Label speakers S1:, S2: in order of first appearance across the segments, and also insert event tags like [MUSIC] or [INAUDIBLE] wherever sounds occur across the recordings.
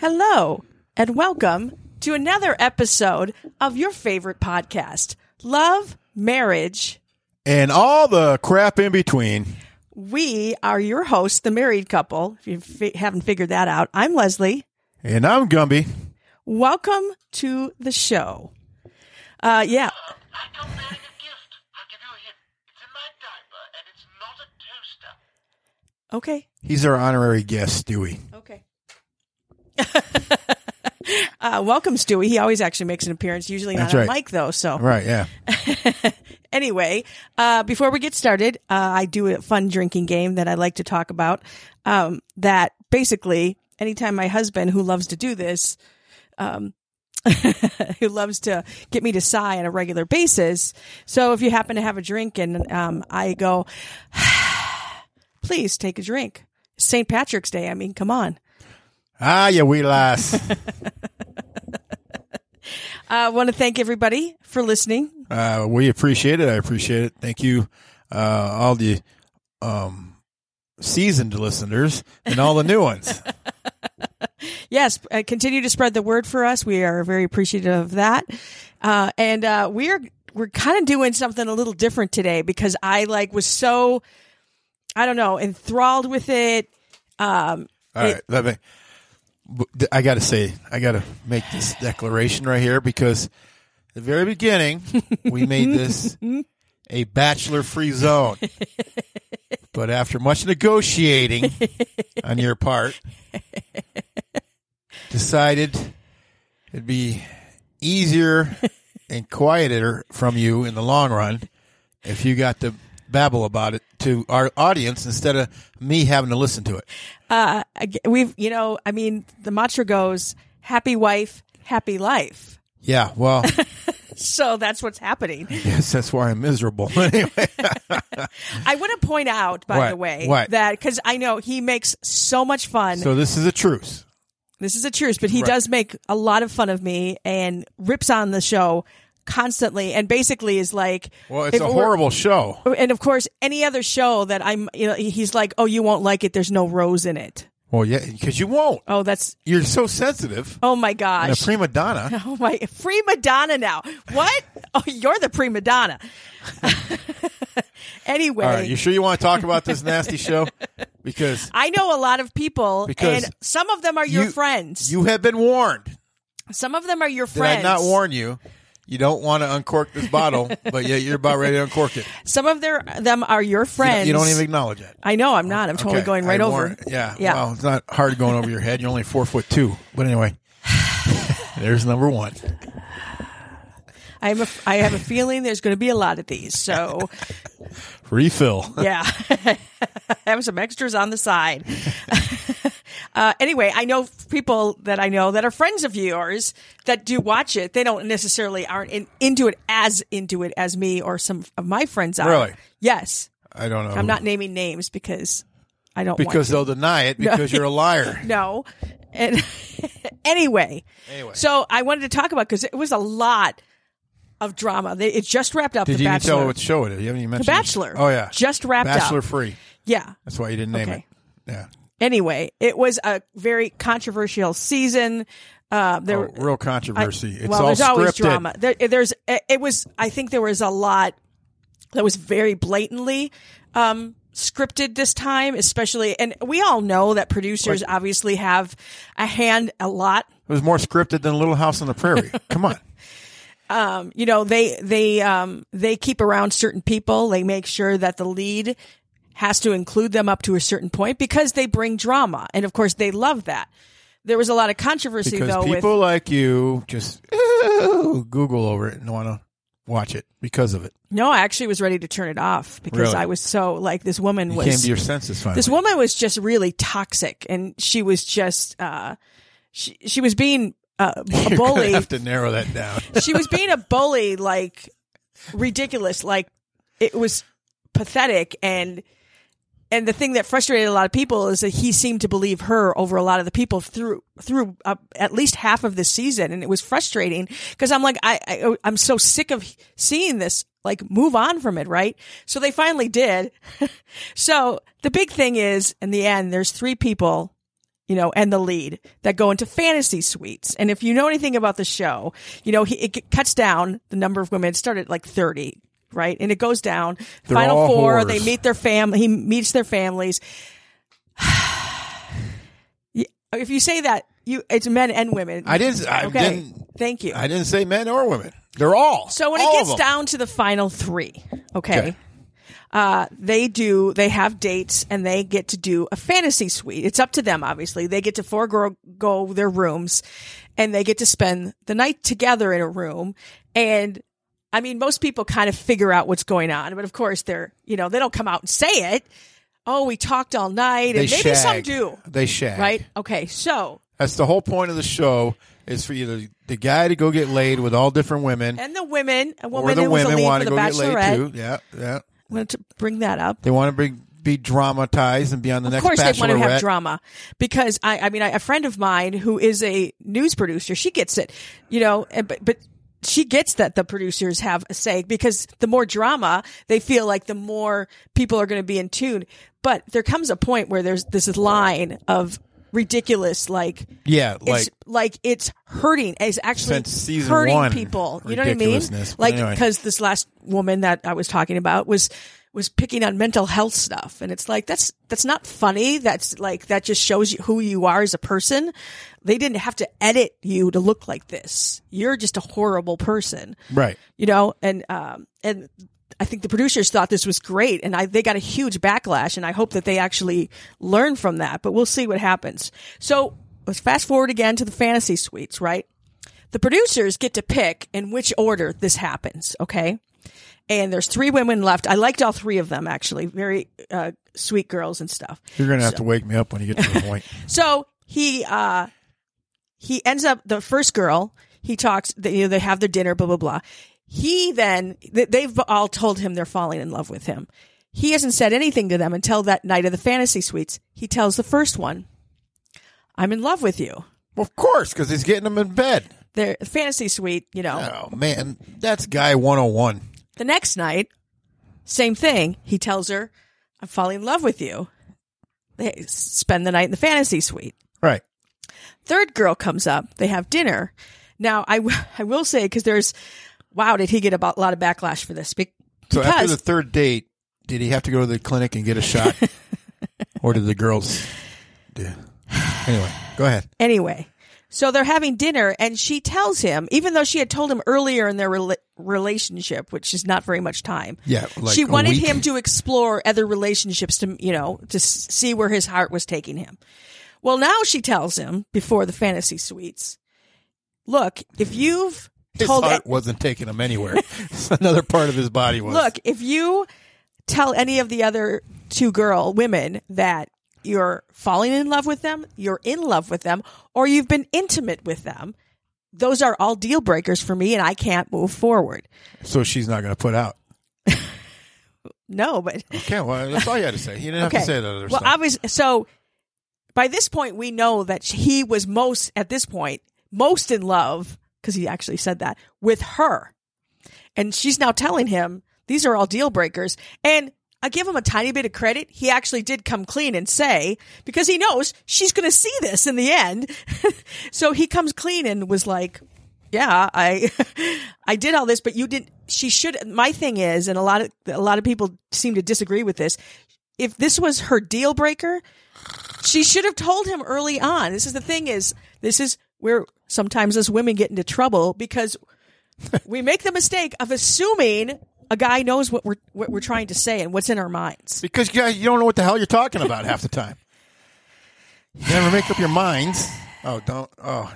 S1: Hello, and welcome to another episode of your favorite podcast, Love, Marriage.
S2: and all the crap in between.
S1: We are your hosts, the married couple. If you fi- haven't figured that out, I'm Leslie.
S2: And I'm Gumby.
S1: Welcome to the show. Uh, yeah,
S3: I got Mary a gift. I'll give you a hint. It's in my diaper, and it's not a toaster.
S1: okay,
S2: He's our honorary guest, Stewie.
S1: okay. [LAUGHS] uh, welcome, Stewie. He always actually makes an appearance, usually not
S2: That's
S1: on
S2: right.
S1: mic though. So
S2: Right, [LAUGHS] yeah.
S1: [LAUGHS] anyway, uh, before we get started, uh, I do a fun drinking game that I like to talk about. Um, that basically, anytime my husband, who loves to do this, um, [LAUGHS] who loves to get me to sigh on a regular basis. So if you happen to have a drink and um, I go, [SIGHS] please take a drink. It's St. Patrick's Day. I mean, come on.
S2: Ah, yeah, we last.
S1: Uh, I want to thank everybody for listening.
S2: uh, we appreciate it. I appreciate it. Thank you, uh, all the um, seasoned listeners and all the new ones.
S1: yes, uh, continue to spread the word for us. We are very appreciative of that. Uh, and uh, we're we're kind of doing something a little different today because I like was so I don't know enthralled with it. Um,
S2: All right, let me. but I got to say, I got to make this declaration right here because the very beginning we made this a bachelor-free zone, but after much negotiating on your part, decided it'd be easier and quieter from you in the long run if you got to babble about it to our audience instead of me having to listen to it.
S1: uh, I g- we've you know I mean the mantra goes happy wife, happy life.
S2: Yeah,
S1: [LAUGHS]
S2: well.
S1: So that's what's happening.
S2: Yes, that's why
S1: [LAUGHS]
S2: I'm miserable. anyway,
S1: I want to point out, by
S2: What?
S1: the way,
S2: What?
S1: that because I know he makes so much fun.
S2: [LAUGHS] so this is a truce.
S1: This is a truce, but he does make a lot of fun of me and rips on the show constantly and basically is like
S2: Well, it's
S1: if
S2: a
S1: it were-
S2: horrible show.
S1: and of course any other show that i'm you know he's like oh you won't like it there's no rose in it
S2: Well, yeah, because you won't.
S1: oh that's
S2: You're so sensitive
S1: oh my
S2: and a
S1: gosh [LAUGHS]
S2: prima donna.
S1: oh my free madonna now what oh you're the prima donna [LAUGHS] anyway
S2: All right, you sure you want to talk about this nasty show? Because
S1: i know a lot of people
S2: Because
S1: and some of them are your
S2: you-
S1: friends
S2: you have been warned.
S1: some of them are your
S2: Did
S1: friends
S2: I not warn you? You don't want to uncork this bottle, but yet you're about ready to uncork it.
S1: some of their them are your
S2: You don't-
S1: friends
S2: You don't even acknowledge it.
S1: I know I'm not. I'm totally
S2: Okay,
S1: going right
S2: I
S1: over.
S2: warrant- yeah.
S1: Yeah.
S2: Well, it's not hard going over your head. You're only four foot two. But
S1: [SIGHS]
S2: anyway, [LAUGHS] there's number one.
S1: I'm a, I have a feeling there's going to be a lot of these.
S2: [LAUGHS]
S1: So,
S2: Refill.
S1: yeah. [LAUGHS] I have some extras on the side. [LAUGHS] uh, anyway, I know people that I know that are friends of yours that do watch it. They don't necessarily aren't in, into it as into it as me or some of my friends are.
S2: Really?
S1: Yes.
S2: I don't know.
S1: I'm not naming names because I don't
S2: because
S1: want
S2: they'll deny it because you're
S1: [LAUGHS]
S2: a liar.
S1: to. No. And [LAUGHS] anyway.
S2: Anyway.
S1: So I wanted to talk about because it was a lot of drama. They, it just wrapped up
S2: Did
S1: the
S2: you even
S1: Bachelor.
S2: tell what show it is? You haven't even mentioned
S1: Bachelor.
S2: Oh yeah,
S1: Just wrapped up.
S2: Bachelor free.
S1: yeah.
S2: That's why you didn't name
S1: Okay.
S2: it. Yeah,
S1: Anyway, it was a very controversial season. Uh, there,
S2: Oh, real controversy. it's
S1: well,
S2: all
S1: there's
S2: scripted.
S1: always drama. There, there's, it was. I think there was a lot that was very blatantly um, scripted this time, especially. And we all know that producers obviously have a hand a lot
S2: It was more scripted than Little House on
S1: [LAUGHS]
S2: the Prairie. Come on.
S1: um, you know they they um, they keep around certain people. They make sure that the lead has to include them up to a certain point because they bring drama, and of course they love that. There was a lot of controversy
S2: Because
S1: though
S2: people
S1: with
S2: like you just "Ooh," Google over it and want to watch it because of it.
S1: No, I actually was ready to turn it off because
S2: Really?
S1: I was so like this woman
S2: You
S1: was
S2: came to your senses finally. [LAUGHS]
S1: this woman was just really toxic and she was just uh she she was being uh, a
S2: [LAUGHS] You're gonna
S1: bully
S2: have to narrow that down.
S1: she was being a bully like ridiculous like it was pathetic and and the thing that frustrated a lot of people is that he seemed to believe her over a lot of the people through through uh, at least half of this season and it was frustrating because i'm like I, I i'm so sick of seeing this like move on from it right so they finally did [LAUGHS] so the big thing is in the end there's three people you know, and the lead that go into fantasy suites. And if you know anything about the show, you know, he, it cuts down the number of women. It started at like 30, right? And it goes down.
S2: They're
S1: Final
S2: all
S1: four,
S2: whores.
S1: they meet their family. He meets their families. [SIGHS] Yeah, if you say that, you it's men and women.
S2: I didn't- I
S1: okay.
S2: didn't-
S1: Thank you.
S2: I didn't say men or women. They're all.
S1: So when it
S2: all of
S1: gets
S2: them.
S1: down to the final three, okay,
S2: Okay.
S1: Uh, they do. They have dates and they get to do a fantasy suite. It's up to them, obviously. They get to forego go their rooms, and they get to spend the night together in a room. And I mean, most people kind of figure out what's going on, but of course they're you know they don't come out and say it. Oh, we talked all night,
S2: they
S1: and maybe some
S2: shag.
S1: do,
S2: They shag.
S1: right? Okay, so
S2: That's the whole point of the show is for either the guy to go get laid with all different women,
S1: and the women, a
S2: or
S1: woman
S2: the
S1: who was a
S2: women
S1: lead
S2: want
S1: for
S2: to
S1: the
S2: go get laid
S1: Bachelorette,
S2: too. Yeah, yeah.
S1: wanted to bring that up.
S2: They want to be, be dramatized and be on the
S1: Of
S2: next
S1: course,
S2: Bachelorette.
S1: they want to have drama because I, I mean, I, a friend of mine who is a news producer, she gets it, you know, and- but but she gets that the producers have a say because the more drama, they feel like the more people are going to be in tune. But there comes a point where there's this line of ridiculous, like
S2: Yeah, like
S1: it's like it's hurting. It's actually
S2: Since season
S1: hurting
S2: one,
S1: people. You know what I mean?
S2: ridiculousness. But
S1: Like
S2: anyway.
S1: because this last woman that I was talking about was was picking on mental health stuff, and it's like that's that's not funny. That's like that just shows you who you are as a person. They didn't have to edit you to look like this. You're just a horrible person
S2: right.
S1: you know and um and i think the producers thought this was great and i they got a huge backlash and i hope that they actually learn from that but we'll see what happens so let's fast forward again to the fantasy suites right the producers get to pick in which order this happens okay and there's three women left i liked all three of them actually very uh, sweet girls and stuff
S2: You're gonna have to wake me up when you get to the
S1: [LAUGHS]
S2: point.
S1: so he uh he ends up the first girl. He talks. They, you know, they have their dinner. Blah blah blah. He then th- they've all told him they're falling in love with him. He hasn't said anything to them until that night of the fantasy suites. He tells the first one, "I'm in love with you."
S2: Well, of course, because he's getting them in bed.
S1: Their fantasy suite, you know.
S2: Oh man, that's guy 101.
S1: The next night, same thing. He tells her, "I'm falling in love with you." They s- spend the night in the fantasy suite.
S2: Right.
S1: third girl comes up. They have dinner. Now, I, w- [LAUGHS] I will say, because there's, wow, did he get a bo- lot of backlash for this? Be-
S2: So after
S1: because
S2: the third date, did he have to go to the clinic and get a
S1: [LAUGHS]
S2: shot, or did the girls? do- Anyway, go ahead.
S1: anyway, so they're having dinner, and she tells him, even though she had told him earlier in their rela- relationship, which is not very much time,
S2: Yeah, like
S1: she
S2: a
S1: wanted
S2: week.
S1: him to explore other relationships to, you know, to s- see where his heart was taking him. Well, now she tells him before the fantasy suites, look, if you've
S2: His
S1: told
S2: heart wasn't taking him anywhere. [LAUGHS] Another part of his body was.
S1: Look, if you tell any of the other two girl women that you're falling in love with them, you're in love with them, or you've been intimate with them, those are all deal breakers for me and I can't move forward.
S2: so she's not going to put out.
S1: No, but
S2: Okay, well, that's all you had to say. He didn't have to say that other
S1: well,
S2: stuff.
S1: obviously, so by this point, we know that he was most at this point most in love because he actually said that with her, and she's now telling him these are all deal breakers. And I give him a tiny bit of credit; he actually did come clean and say because he knows she's going to see this in the end. [LAUGHS] so he comes clean and was like, yeah, I [LAUGHS] I did all this, but you didn't. She should. My thing is, and a lot of a lot of people seem to disagree with this. If this was her deal breaker, she should have told him early on. This is the thing is this is where sometimes us women get into trouble because we make the mistake of assuming a guy knows what we're what we're trying to say and what's in our minds.
S2: because you guys, you don't know what the hell you're talking about half the time. You never make up your minds. Oh, don't. Oh,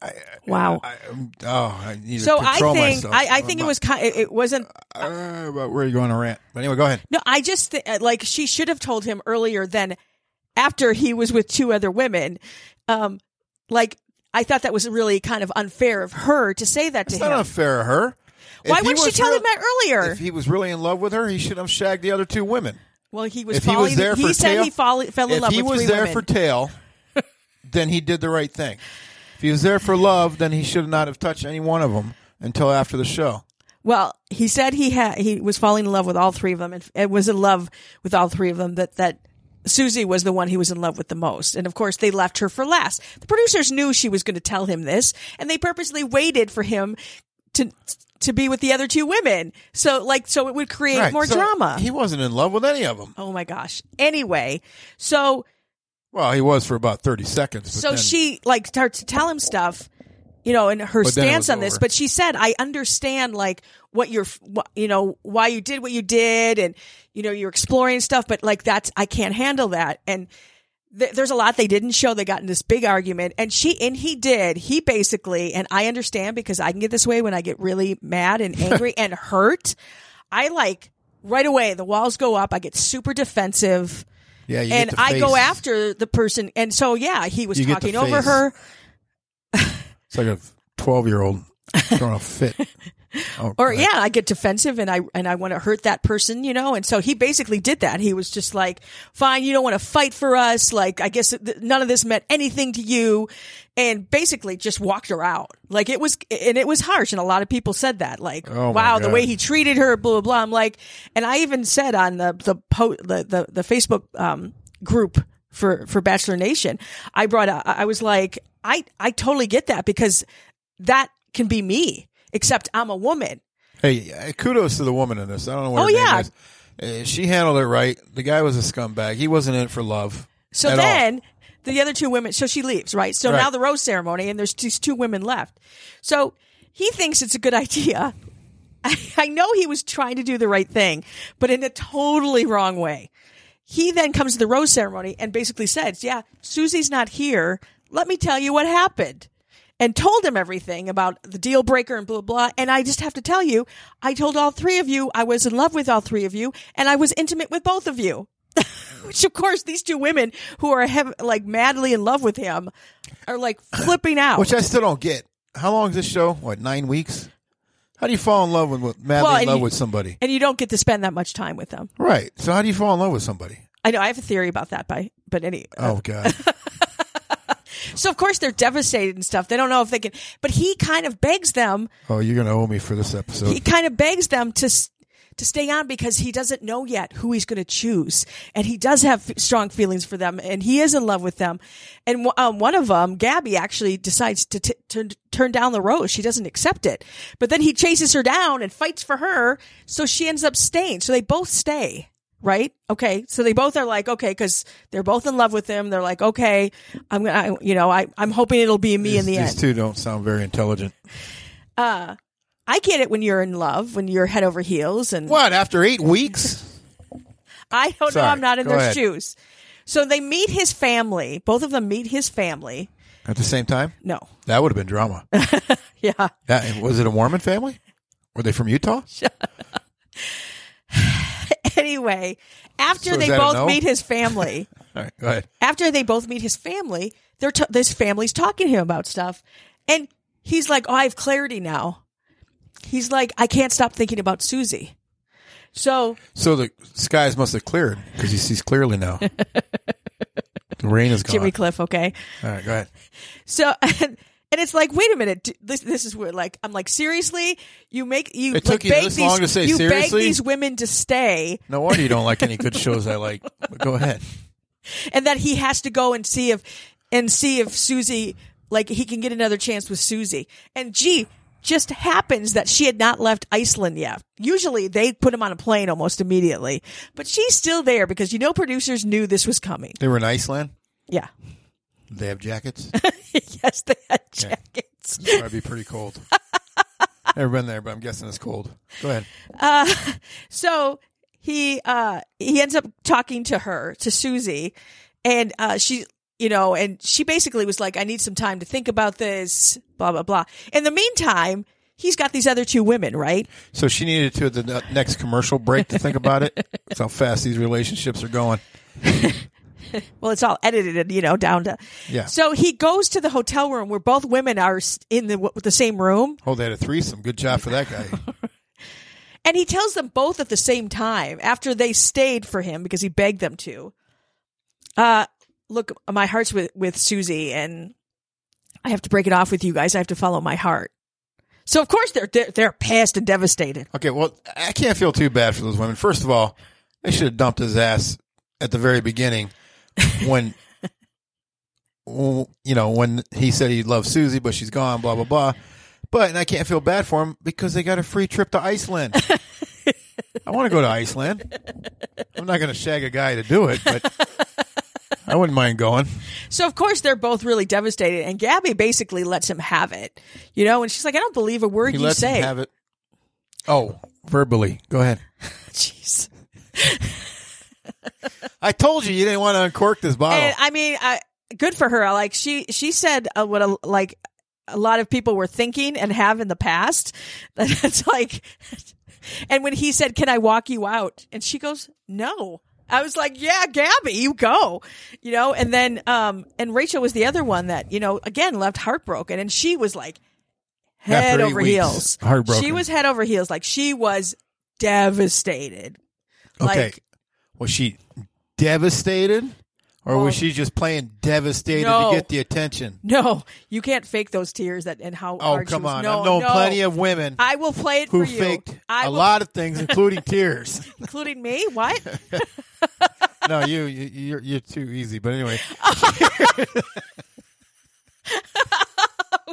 S2: I,
S1: Wow.
S2: I, I'm- oh, I need
S1: so
S2: to
S1: I
S2: control
S1: think
S2: myself.
S1: I, I think it was kind. It, it wasn't.
S2: Uh, about where are you going to rant? But anyway, go ahead.
S1: No, I just th- like she should have told him earlier than after he was with two other women. Um, like I thought that was really kind of unfair of her to say that to
S2: It's
S1: him.
S2: not unfair of her. If
S1: Why
S2: he
S1: wouldn't she
S2: was
S1: tell
S2: real-
S1: him that earlier?
S2: If he was really in love with her, he should have shagged the other two women.
S1: well, he was
S2: if he
S1: falling.
S2: was there for
S1: said
S2: tail,
S1: he fall, fell in
S2: if
S1: love
S2: he
S1: with
S2: was
S1: three
S2: there
S1: women.
S2: for tail, then he did the right thing. If he was there for love, then he should not have touched any one of them until after the show.
S1: Well, he said he had he was falling in love with all three of them, and it was in love with all three of them. That that Susie was the one he was in love with the most, and of course they left her for last. The producers knew she was going to tell him this, and they purposely waited for him to to be with the other two women. So like so it would create
S2: Right,
S1: more
S2: so
S1: drama.
S2: He wasn't in love with any of them.
S1: oh my gosh. Anyway, so
S2: Well, he was for about thirty seconds. but
S1: so
S2: then-
S1: she like starts to tell him stuff you know and her
S2: But then it
S1: stance
S2: was
S1: on this
S2: over.
S1: but she said i understand like what you're what, you know why you did what you did and you know you're exploring stuff but like that's i can't handle that and th- there's a lot they didn't show they got in this big argument and she and he did he basically and i understand because i can get this way when i get really mad
S2: [LAUGHS]
S1: and angry and hurt i like right away the walls go up i get super defensive
S2: yeah, you
S1: and
S2: get the
S1: I go
S2: face.
S1: after the person. And so, yeah, he was
S2: You get the
S1: talking over
S2: face.
S1: her.
S2: It's like a twelve-year-old throwing a
S1: [LAUGHS]
S2: fit. Oh,
S1: Or
S2: right.
S1: yeah, I get defensive and I and I want to hurt that person, you know. And so he basically did that. He was just like, "Fine, you don't want to fight for us. Like, I guess th- none of this meant anything to you," and basically just walked her out. Like it was, and it was harsh. And a lot of people said that, like,
S2: Oh, my
S1: "Wow, the
S2: God.
S1: way he treated her, blah blah blah." I'm like, and I even said on the the po- the, the the Facebook um group for for Bachelor Nation, I brought up, I I was like, I I totally get that because that can be me. Except I'm a woman.
S2: Hey, uh, kudos to the woman in this. I don't know what
S1: Oh,
S2: her
S1: yeah.
S2: name is. Uh, she handled it right. The guy was a scumbag. He wasn't in it for love.
S1: So
S2: at all.
S1: then the other two women, so she leaves, right? So
S2: Right.
S1: now the rose ceremony, and there's these two women left. So he thinks it's a good [LAUGHS] idea. I, [LAUGHS] I know he was trying to do the right thing, but in a totally wrong way. He then comes to the rose ceremony and basically says, Yeah, Susie's not here. Let me tell you what happened. And told him everything about the deal breaker and blah, blah. And I just have to tell you, I told all three of you I was in love with all three of you, and I was intimate with both of you. [LAUGHS] Which, of course, these two women who are hev- like madly in love with him are like flipping out.
S2: Which I still don't get. How long is this show? What, nine weeks? How do you fall in love with, with madly
S1: Well,
S2: in
S1: and
S2: love
S1: you-
S2: with somebody?
S1: and you don't get to spend that much time with them.
S2: Right. So how do you fall in love with somebody?
S1: I know I have a theory about that, by but any.
S2: Oh
S1: [LAUGHS]
S2: God.
S1: So of course they're devastated and stuff. They don't know if they can. But he kind of begs them.
S2: oh, you're gonna owe me for this episode.
S1: He kind of begs them to s- to stay on because he doesn't know yet who he's going to choose, and he does have f- strong feelings for them, and he is in love with them. And w- um, one of them, Gabby, actually decides to t- turn turn down the rose. She doesn't accept it, but then he chases her down and fights for her, so she ends up staying. So they both stay. right? Okay, so they both are like, okay, because they're both in love with him. They're like, okay, I'm gonna, I, you know, I, I'm hoping it'll be me
S2: these,
S1: in the
S2: these
S1: end.
S2: two don't sound very intelligent.
S1: I get it when you're in love, when you're head over heels, and
S2: What? After eight weeks?
S1: I don't know,
S2: Sorry,
S1: I'm not in
S2: go
S1: their
S2: ahead.
S1: shoes. So they meet his family. Both of them meet his family.
S2: At the same time?
S1: No, [LAUGHS]
S2: That would have been drama.
S1: yeah,
S2: That, was it a Mormon family? Were they from Utah?
S1: anyway, after
S2: So is
S1: they
S2: that a
S1: both
S2: no?
S1: meet
S2: [LAUGHS]
S1: his family,
S2: All right, go ahead.
S1: after they both meet his family, they're t- this family's talking to him about stuff, and he's like, "Oh, I have clarity now." He's like, "I can't stop thinking about Susie." So
S2: So the skies must have cleared because he sees
S1: [LAUGHS]
S2: clearly now. the rain is gone.
S1: Jimmy Cliff, okay.
S2: All right, go ahead.
S1: So [LAUGHS] and, and it's like, wait a minute, d- this this is where like I'm like seriously, you make you
S2: It
S1: like,
S2: took you
S1: beg
S2: this
S1: these,
S2: long to say
S1: you
S2: seriously?
S1: beg these women to stay,
S2: No wonder you don't like any good shows I like. But go ahead.
S1: and that he has to go and see if and see if Susie like he can get another chance with Susie. And gee, just happens that she had not left Iceland yet. Usually they put him on a plane almost immediately, but she's still there because you know producers knew this was coming.
S2: They were in Iceland.
S1: Yeah, [LAUGHS]
S2: Did They have jackets. [LAUGHS]
S1: yes, they had jackets.
S2: That'd be pretty cold. Never been there, but I'm guessing it's cold. Go ahead.
S1: so he uh he ends up talking to her to susie and uh she you know, and she basically was like, I need some time to think about this, blah, blah, blah. In the meantime, he's got these other two women, right?
S2: So she needed to at the ne- next commercial break to think about it. That's how fast these relationships are going.
S1: Well, it's all edited, you know, down to.
S2: Yeah.
S1: So he goes to the hotel room where both women are s- in the, the same room
S2: Oh, they had a threesome. Good job for that guy.
S1: and he tells them both at the same time after they stayed for him because he begged them to. Uh, look, my heart's with, with Susie and I have to break it off with you guys. I have to follow my heart. So of course they're, they're, they're pissed and devastated.
S2: Okay, well, I can't feel too bad for those women. First of all, they should have dumped his ass at the
S1: [LAUGHS]
S2: very beginning when, w- you know, when he said he loved Susie, but she's gone, blah, blah, blah. But, and I can't feel bad for him because they got a free trip to Iceland. I want to go to Iceland. I'm not going to shag a guy to do it, but I wouldn't mind going.
S1: So of course they're both really devastated and Gabby basically lets him have it, you know, and she's like, I don't believe a word
S2: He
S1: you
S2: lets
S1: say.
S2: him have it. Oh, verbally. Go ahead.
S1: [LAUGHS] Jeez.
S2: I told you you didn't want to uncork this bottle.
S1: And I mean, I, good for her. Like she, she said uh, what a, like a lot of people were thinking and have in the past. [LAUGHS] That's like, and when he said, "Can I walk you out?" and she goes, "No." I was like, "Yeah, Gabby, you go," you know. And then, um, and Rachel was the other one that you know again left heartbroken, and she was like head
S2: After eight
S1: over
S2: weeks,
S1: heels,
S2: heartbroken.
S1: She was head over heels, like she was devastated.
S2: Okay.
S1: Like,
S2: was she devastated or was she just playing devastated
S1: Oh. No.
S2: to get the attention?
S1: No, you can't fake those tears that and how.
S2: Oh,
S1: hard she
S2: come
S1: was-
S2: on.
S1: No,
S2: I've known
S1: no.
S2: plenty of women
S1: I will play it
S2: who
S1: for you.
S2: faked
S1: I
S2: a
S1: will-
S2: lot of
S1: [LAUGHS]
S2: things, including tears.
S1: including me.
S2: [LAUGHS]
S1: What?
S2: No, you, you you're, you're too easy. But anyway, [LAUGHS]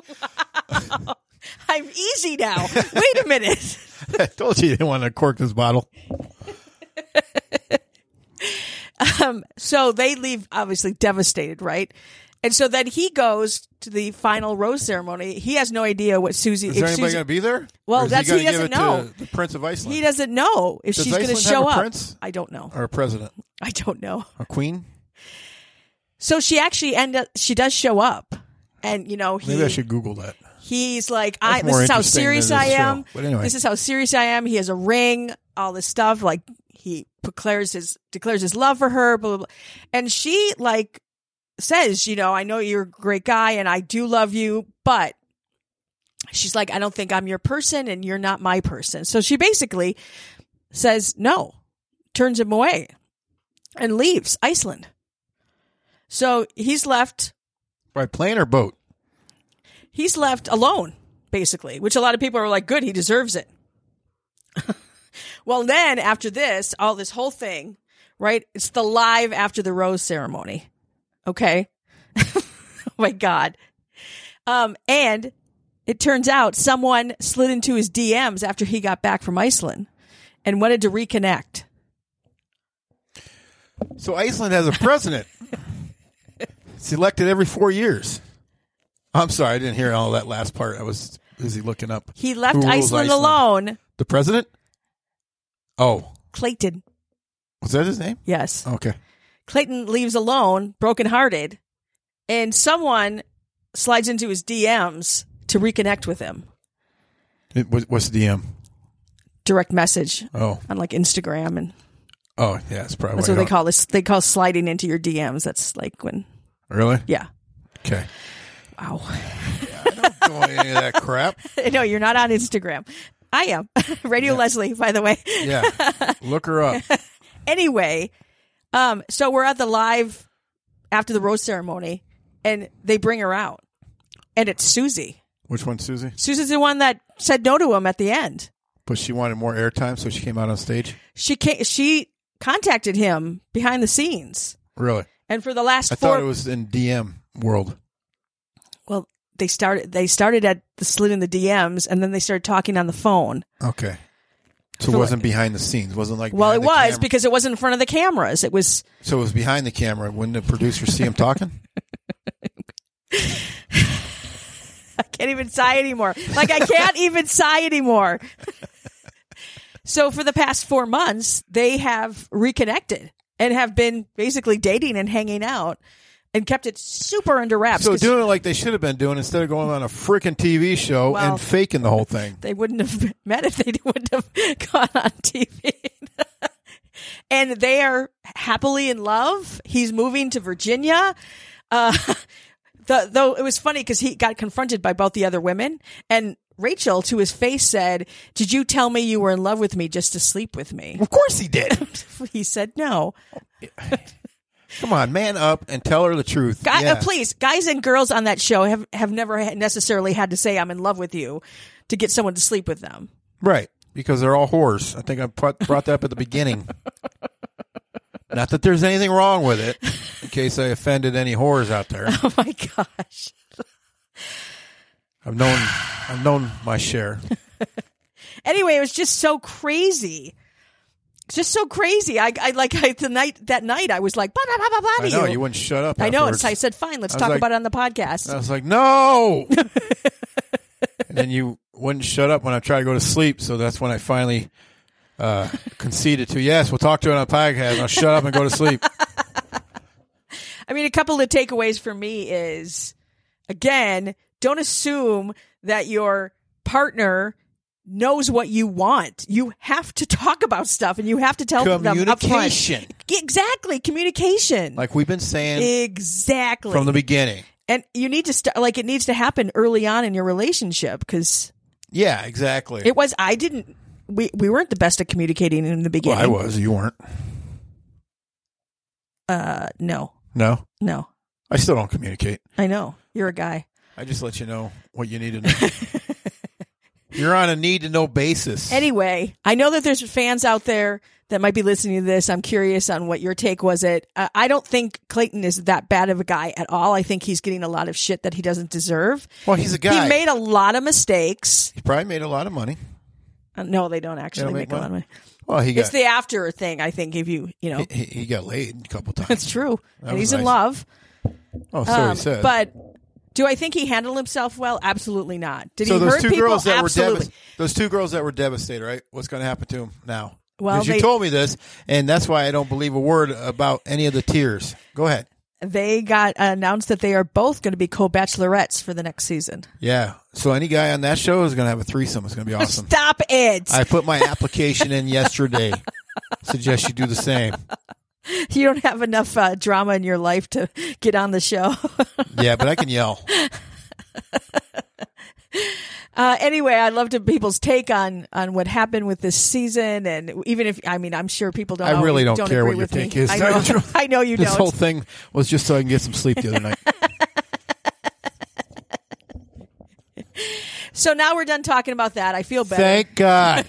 S1: I'm easy now. Wait a minute.
S2: I told you you didn't want to cork this bottle.
S1: So they leave obviously devastated, right? And so then he goes to the final rose ceremony. He has no idea what Susie.
S2: Is there
S1: if
S2: anybody
S1: Susie-
S2: going to be there?
S1: Well,
S2: Or is
S1: that's-
S2: gonna
S1: he
S2: give
S1: doesn't
S2: it to
S1: know.
S2: the Prince of Iceland
S1: he doesn't know if
S2: Does
S1: she's going to
S2: Iceland have
S1: show
S2: a
S1: up.
S2: prince?
S1: I don't know.
S2: or a president
S1: I don't know.
S2: or queen.
S1: So she actually end up. She does show up, and you know he.
S2: Maybe I should Google that.
S1: He's like, I.
S2: That's
S1: This
S2: more
S1: is how
S2: interesting
S1: serious
S2: than
S1: I
S2: this
S1: am.
S2: show. But anyway.
S1: This is how serious I am. He has a ring, all this stuff. Like he declares his declares his love for her. Blah blah. blah. And she like says, you know, I know you're a great guy, and I do love you, but she's like, I don't think I'm your person, and you're not my person. So she basically says no, turns him away, and leaves Iceland. So he's left
S2: By plane or boat?
S1: he's left alone, basically, which a lot of people are like, good, he deserves it. [LAUGHS] well, then after this, all this whole thing, right? It's the live after the rose ceremony. Okay. [LAUGHS] oh my God. Um, and it turns out someone slid into his DMs after he got back from Iceland and wanted to reconnect.
S2: So Iceland has a president. it's elected every four years. I'm sorry, I didn't hear all that last part. I was busy looking up.
S1: He left
S2: Who rules
S1: Iceland, alone.
S2: The president? Oh,
S1: Clayton.
S2: was that his name?
S1: Yes.
S2: Okay.
S1: Clayton leaves alone, brokenhearted, and someone slides into his DMs to reconnect with him.
S2: It, what, what's the DM?
S1: Direct message
S2: Oh,
S1: on like Instagram, and
S2: oh, yeah, it's probably
S1: that's what they call this. They call sliding into your DMs. That's like when,
S2: Really?
S1: yeah.
S2: Okay.
S1: Wow.
S2: Don't want any of that crap.
S1: [LAUGHS] no, you're not on Instagram. I am. [LAUGHS] Radio Leslie, by the way. [LAUGHS]
S2: Yeah, look her up.
S1: anyway, um, so we're at the live after the rose ceremony, and they bring her out, and it's Susie.
S2: Which one, Susie?
S1: Susie's the one that said no to him at the end.
S2: But she wanted more airtime, so she came out on stage.
S1: she came, she contacted him behind the scenes
S2: Really?
S1: and for the last
S2: I
S1: four
S2: thought it was in DM world.
S1: well they started they started at the slid in the dms and then they started talking on the phone
S2: Okay. So it
S1: For
S2: wasn't behind the scenes. Wasn't like
S1: well it
S2: behind
S1: was
S2: the camera.
S1: because it wasn't in front of the cameras it was
S2: So it was behind the camera. Wouldn't the producer see him talking?
S1: [LAUGHS] i can't even sigh anymore like i
S2: [LAUGHS]
S1: can't even sigh anymore so for the past four months they have reconnected and have been basically dating and hanging out and kept it super under wraps.
S2: So
S1: 'cause
S2: doing it like they should have been doing instead of going on a freaking TV show
S1: Well-
S2: and faking the
S1: [LAUGHS]
S2: whole thing.
S1: they wouldn't have met if they [LAUGHS] wouldn't have gone on TV. [LAUGHS] and they are happily in love. He's moving to Virginia. Uh, [LAUGHS] the, though it was funny because he got confronted by both the other women and Rachel to his face said, "Did you tell me you were in love with me just to sleep with me?" [LAUGHS]
S2: Of course he did.
S1: he said, "No."
S2: [LAUGHS] Come on, man up and tell her the truth.
S1: Guy,
S2: Yeah.
S1: uh, please, guys and girls on that show have have never ha- necessarily had to say "I'm in love with you" to get someone to sleep with them. [LAUGHS]
S2: Right, because they're all whores. I think I brought, brought that up at the
S1: [LAUGHS]
S2: beginning. Not that there's anything wrong with it, in case I offended any whores out
S1: [LAUGHS]
S2: there.
S1: Oh my gosh.
S2: I've known, I've known my share.
S1: [LAUGHS] anyway, it was just so crazy. Just so crazy. I, I like I, the night that night I was like, blah, blah, blah, blah, blah
S2: I
S1: to
S2: know
S1: you.
S2: you wouldn't shut up.
S1: I know.
S2: afterwards.
S1: It's, I said, fine, let's
S2: I was
S1: talk
S2: like- uh,
S1: about it on the podcast.
S2: I was like, no. and then you wouldn't shut up when I tried to go to sleep. So that's when I finally uh, conceded to, yes, we'll talk to it on a podcast. I'll shut up and go
S1: [LAUGHS]
S2: to sleep.
S1: I mean, a couple of takeaways for me is again, don't assume that your partner knows what you want. You have to [LAUGHS] talk about stuff and you have to tell them up front.
S2: Communication.
S1: Exactly. Communication.
S2: Like we've been saying
S1: exactly.
S2: from the beginning.
S1: and you need to start, like, it needs to happen early on in your relationship because
S2: Yeah, exactly.
S1: It was. I didn't. We we weren't the best at communicating in the
S2: well,
S1: beginning.
S2: I was. You weren't.
S1: Uh, no,
S2: No,
S1: no.
S2: I still don't communicate.
S1: I know you're a guy.
S2: I just let you know what you
S1: [LAUGHS]
S2: need to know. You're on a need to know basis.
S1: Anyway, I know that there's fans out there that might be listening to this. I'm curious on what your take was. It. Uh, I don't think Clayton is that bad of a guy at all. I think he's getting a lot of shit that he doesn't deserve.
S2: well, he's a guy.
S1: He made a lot of mistakes.
S2: he probably made a lot of money.
S1: Uh, no, they don't actually
S2: don't
S1: make,
S2: make
S1: a lot of money.
S2: Well, he
S1: It's
S2: got
S1: the after thing. I think if you you know,
S2: he, he got laid a couple
S1: [LAUGHS]
S2: times.
S1: it's true. And
S2: was
S1: he's in
S2: nice.
S1: love.
S2: Oh, so
S1: Um,
S2: he says.
S1: But do I think he handled himself well? Absolutely not. Did
S2: so
S1: he
S2: those
S1: hurt
S2: two
S1: people?
S2: girls that
S1: Absolutely.
S2: were devas- those two girls that were devastated, right? What's going to happen to them now?
S1: Well,
S2: Because you
S1: they-
S2: told me this, and that's why I don't believe a word about any of the tears. Go ahead.
S1: they got announced that they are both going to be co-bachelorettes for the next season.
S2: Yeah. So any guy on that show is going to have a threesome. It's going to be
S1: [LAUGHS]
S2: awesome.
S1: Stop it!
S2: I put my application in yesterday. [LAUGHS] Suggest you do the same.
S1: you don't have enough uh, drama in your life to get on the show. [LAUGHS]
S2: Yeah, but I can yell.
S1: Uh, anyway, I'd love to people's take on on what happened with this season, and even if I mean, I'm sure people Oh, don't.
S2: I
S1: always-
S2: really don't
S1: agree
S2: care what your
S1: with me.
S2: take is. [LAUGHS]
S1: I know, [LAUGHS] I know you
S2: this
S1: don't.
S2: whole thing was just so I can get some sleep the other night.
S1: so now we're done talking about that. I feel [LAUGHS] better. [LAUGHS]
S2: Thank God.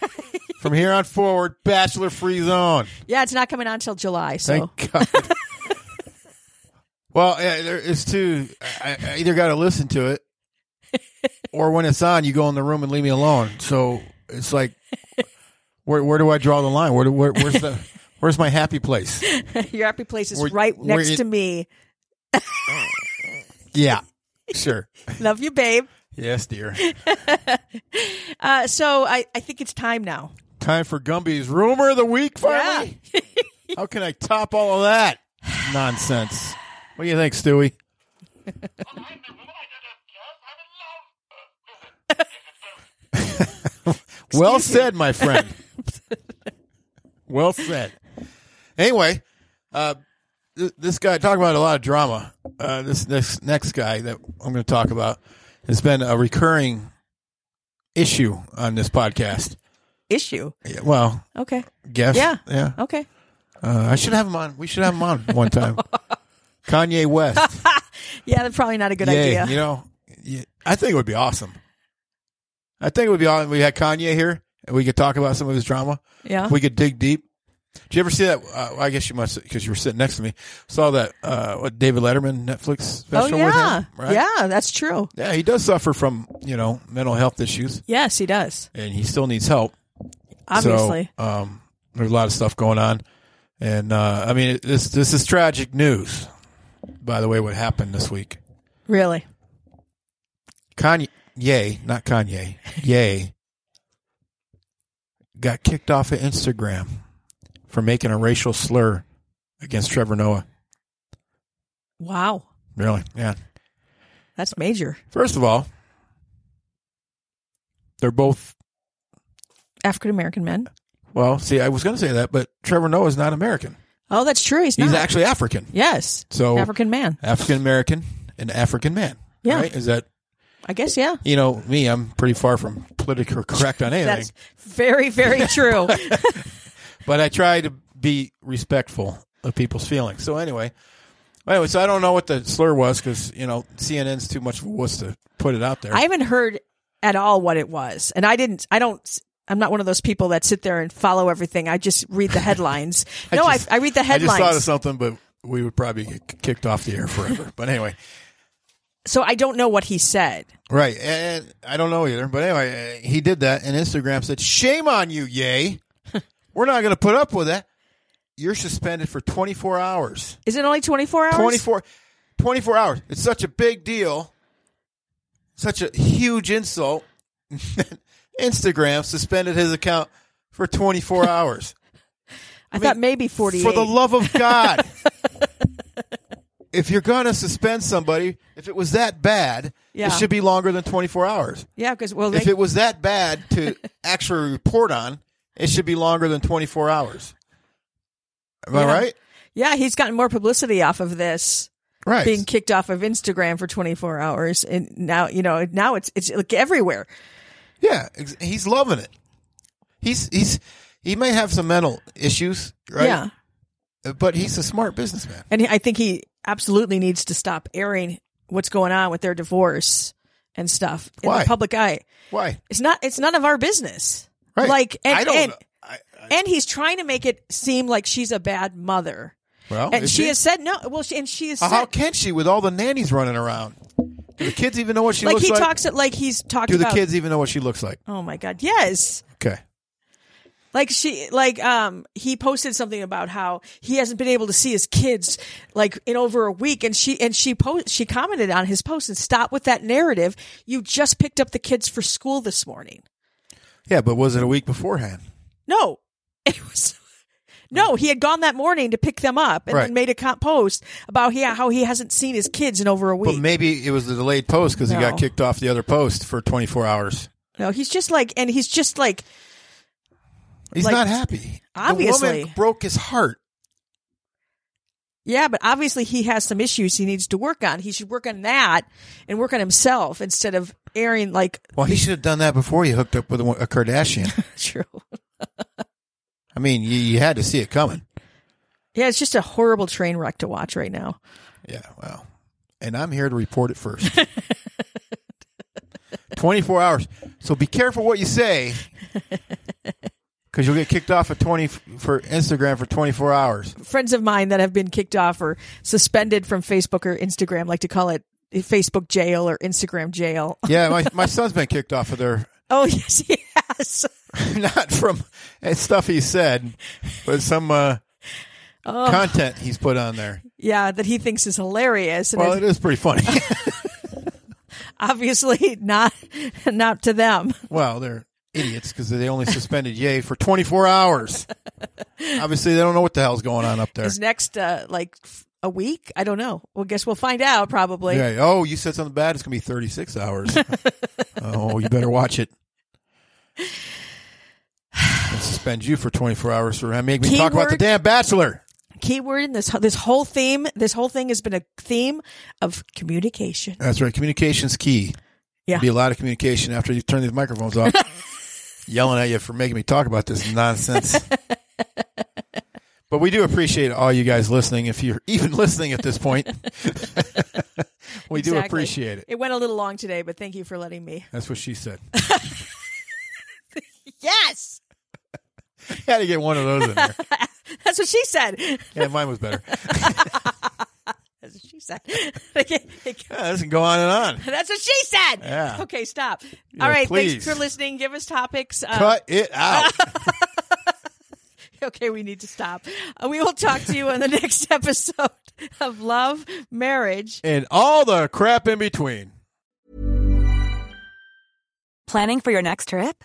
S2: From here on forward, bachelor free zone.
S1: yeah, it's not coming on until July. So
S2: Thank God. [LAUGHS] well, yeah, there is two. I, I either got to listen to it, or when it's on, you go in the room and leave me alone. So it's like, where where do I draw the line? Where, do- where where's the where's my happy place?
S1: [LAUGHS] your happy place is
S2: We're-
S1: right
S2: we're e
S1: next
S2: in-
S1: to me.
S2: Yeah, sure.
S1: Love you, babe.
S2: Yes, dear.
S1: Uh, so I, I think it's time now.
S2: Time for Gumby's rumor of the week. Finally, how can I top all of that nonsense? What do you think, Stewie?
S3: I know, but I don't have gas. I'm in love. [LAUGHS]
S2: well said, my friend. well said. Anyway, uh, th- this guy talking about a lot of drama. Uh, this this next guy that I'm going to talk about has been a recurring issue on this podcast.
S1: Issue.
S2: Yeah, Well,
S1: Okay.
S2: guess
S1: Yeah.
S2: yeah.
S1: Okay.
S2: Uh, I should have him on. We should have him on one time. Kanye West.
S1: Yeah, that's probably not a good
S2: Yay,
S1: idea.
S2: You know, y- I think it would be awesome. I think it would be awesome. if We had Kanye here, and we could talk about some of his drama.
S1: yeah.
S2: we could dig deep. Did you ever see that? Uh, I guess you must because you were sitting next to me. Saw that uh, what David Letterman Netflix
S1: oh
S2: special
S1: yeah.
S2: with him, right?
S1: Yeah, that's true.
S2: yeah. He does suffer from you know mental health issues,
S1: Yes, he does.
S2: and he still needs help.
S1: Obviously.
S2: so, um, there's a lot of stuff going on, and uh, I mean it, this this is tragic news. By the way, what happened this week?
S1: really.
S2: Kanye, yay, not Kanye, yay, got kicked off of Instagram for making a racial slur against Trevor Noah.
S1: Wow.
S2: Really? Yeah.
S1: That's major.
S2: First of all, they're both.
S1: African American men.
S2: Well, see, I was going to say that, but Trevor Noah is not American.
S1: Oh, that's true. He's,
S2: He's
S1: not.
S2: actually African.
S1: yes.
S2: So-
S1: African man.
S2: African American and African man.
S1: Yeah.
S2: Right? Is that
S1: I guess yeah.
S2: you know me? I'm pretty far from politically correct on anything,
S1: That's very very
S2: [LAUGHS]
S1: true.
S2: but I try to be respectful of people's feelings. So anyway, anyway, so I don't know what the slur was because you know CNN's too much of a wuss to put it out there.
S1: I haven't heard at all what it was, and I didn't. I don't. I'm not one of those people that sit there and follow everything. I just read
S2: [LAUGHS]
S1: the headlines. no,
S2: just-
S1: I, I read the
S2: I just thought of
S1: headlines,
S2: something, but we would probably get kicked off the air forever. But anyway,
S1: so I don't know what he said.
S2: right? And I don't know either. But anyway, uh, he did that, and Instagram said, "Shame on
S1: [LAUGHS]
S2: you, yay! We're not going to put up with that. You're suspended for 24 hours.
S1: Is it only 24 hours?
S2: 24, 24 hours. It's such a big deal, such a huge insult. [LAUGHS] Instagram suspended his account
S1: [LAUGHS]
S2: for 24 hours.
S1: I, thought maybe 48.
S2: For the love
S1: [LAUGHS]
S2: of God. if you're going to suspend somebody, if it was that bad,
S1: Yeah.
S2: it should be longer than 24 hours.
S1: yeah, because well,
S2: If
S1: they-
S2: it was that bad
S1: [LAUGHS]
S2: to actually report on, it should be longer than 24 hours. Am I
S1: Yeah.
S2: right?
S1: yeah, he's gotten more publicity off of this
S2: Right.
S1: being kicked off of Instagram for 24 hours, and now you know now it's it's like everywhere.
S2: Yeah, ex- he's loving it. He's he's he may have some mental issues, right? Uh,
S1: Yeah,
S2: But he's a smart businessman.
S1: and he, I think he absolutely needs to stop airing what's going on with their divorce and stuff in
S2: Why?
S1: the public eye.
S2: Why?
S1: It's not. It's none of our business.
S2: Right.
S1: Like, and
S2: I don't
S1: and,
S2: know. I, I,
S1: and he's trying to make it seem like she's a bad mother.
S2: well,
S1: and
S2: Oh, is Uh-huh,
S1: she, has said no. Well, she, and she has
S2: How
S1: said
S2: how can she with all the nannies running around? Do the kids even know what she
S1: like
S2: looks
S1: he
S2: like?
S1: talks it like he's talking
S2: Do the
S1: about.
S2: kids even know what she looks like?
S1: Oh my god! Yes,
S2: Okay.
S1: like she, like um, he posted something about how he hasn't been able to see his kids like in over a week, and she and she post she commented on his post and stop with that narrative. You just picked up the kids for school this morning.
S2: Yeah, but was it a week beforehand?
S1: No, [LAUGHS] it was. No, he had gone that morning to pick them up and
S2: Right.
S1: then made a co- post about yeah, how he hasn't seen his kids in over a
S2: But
S1: week.
S2: maybe it was the delayed post because he
S1: No.
S2: got kicked off the other post for 24 hours.
S1: no, he's just like, and he's just like,
S2: He's
S1: Like,
S2: not happy. the
S1: obviously.
S2: woman broke his heart.
S1: yeah, but obviously he has some issues he needs to work on. He should work on that and work on himself instead of airing like [LAUGHS]
S2: Well, he should have done that before he hooked up with a, a Kardashian.
S1: true.
S2: I mean, you, you had to see it coming.
S1: Yeah, it's just a horrible train wreck to watch right now.
S2: Yeah, well, and I'm here to report it first. [LAUGHS] 24 hours. So be careful what you say because you'll get kicked off at 20 f- for Instagram for 24 hours.
S1: Friends of mine that have been kicked off or suspended from Facebook or Instagram like to call it Facebook jail or Instagram jail. [LAUGHS]
S2: Yeah, my, my son's been kicked off of there,
S1: Oh yes, [LAUGHS] he has.
S2: [LAUGHS] not from it's stuff he said, but some uh, content he's put on there.
S1: Yeah, that he thinks is hilarious, and
S2: Well,
S1: it's
S2: it is pretty funny. [LAUGHS]
S1: obviously [LAUGHS] not not to them.
S2: Well, they're idiots because they only suspended Yay for 24 hours. Obviously, they don't know what the hell's going on up there.
S1: Is next uh, like f- a week? I don't know. Well, guess we'll find out probably.
S2: Yeah. Oh, you said something bad. It's going to be
S1: [LAUGHS]
S2: 36 hours. oh, you better watch it. And suspend you for 24 hours for make me talk about the
S1: Keyword-
S2: damn bachelor.
S1: Keyword in this this whole theme. This whole thing has been a theme of communication.
S2: That's right. Communication's key.
S1: Yeah.
S2: Be a lot of communication after you turn these
S1: [LAUGHS]
S2: microphones off. yelling at you for making me talk about this nonsense. but we do appreciate all you guys listening. If you're even listening at this point, [LAUGHS] we do
S1: Exactly.
S2: appreciate it.
S1: It went a little long today, but thank you for letting me.
S2: That's what she said. [LAUGHS]
S1: Yes,
S2: Had to get one of those in there.
S1: that's what she said. [LAUGHS] That's
S2: Yeah, mine was better.
S1: what she said. [LAUGHS] Okay,
S2: Yeah, this can go on and on.
S1: that's what she said.
S2: Yeah.
S1: Okay, stop. All right,
S2: please.
S1: thanks for listening. Give us topics. Uh,
S2: Cut it out.
S1: [LAUGHS] okay, we need to stop. Uh, we will talk to you on the [LAUGHS] next episode of Love, Marriage,
S2: and all the crap in between.
S4: Planning for your next trip?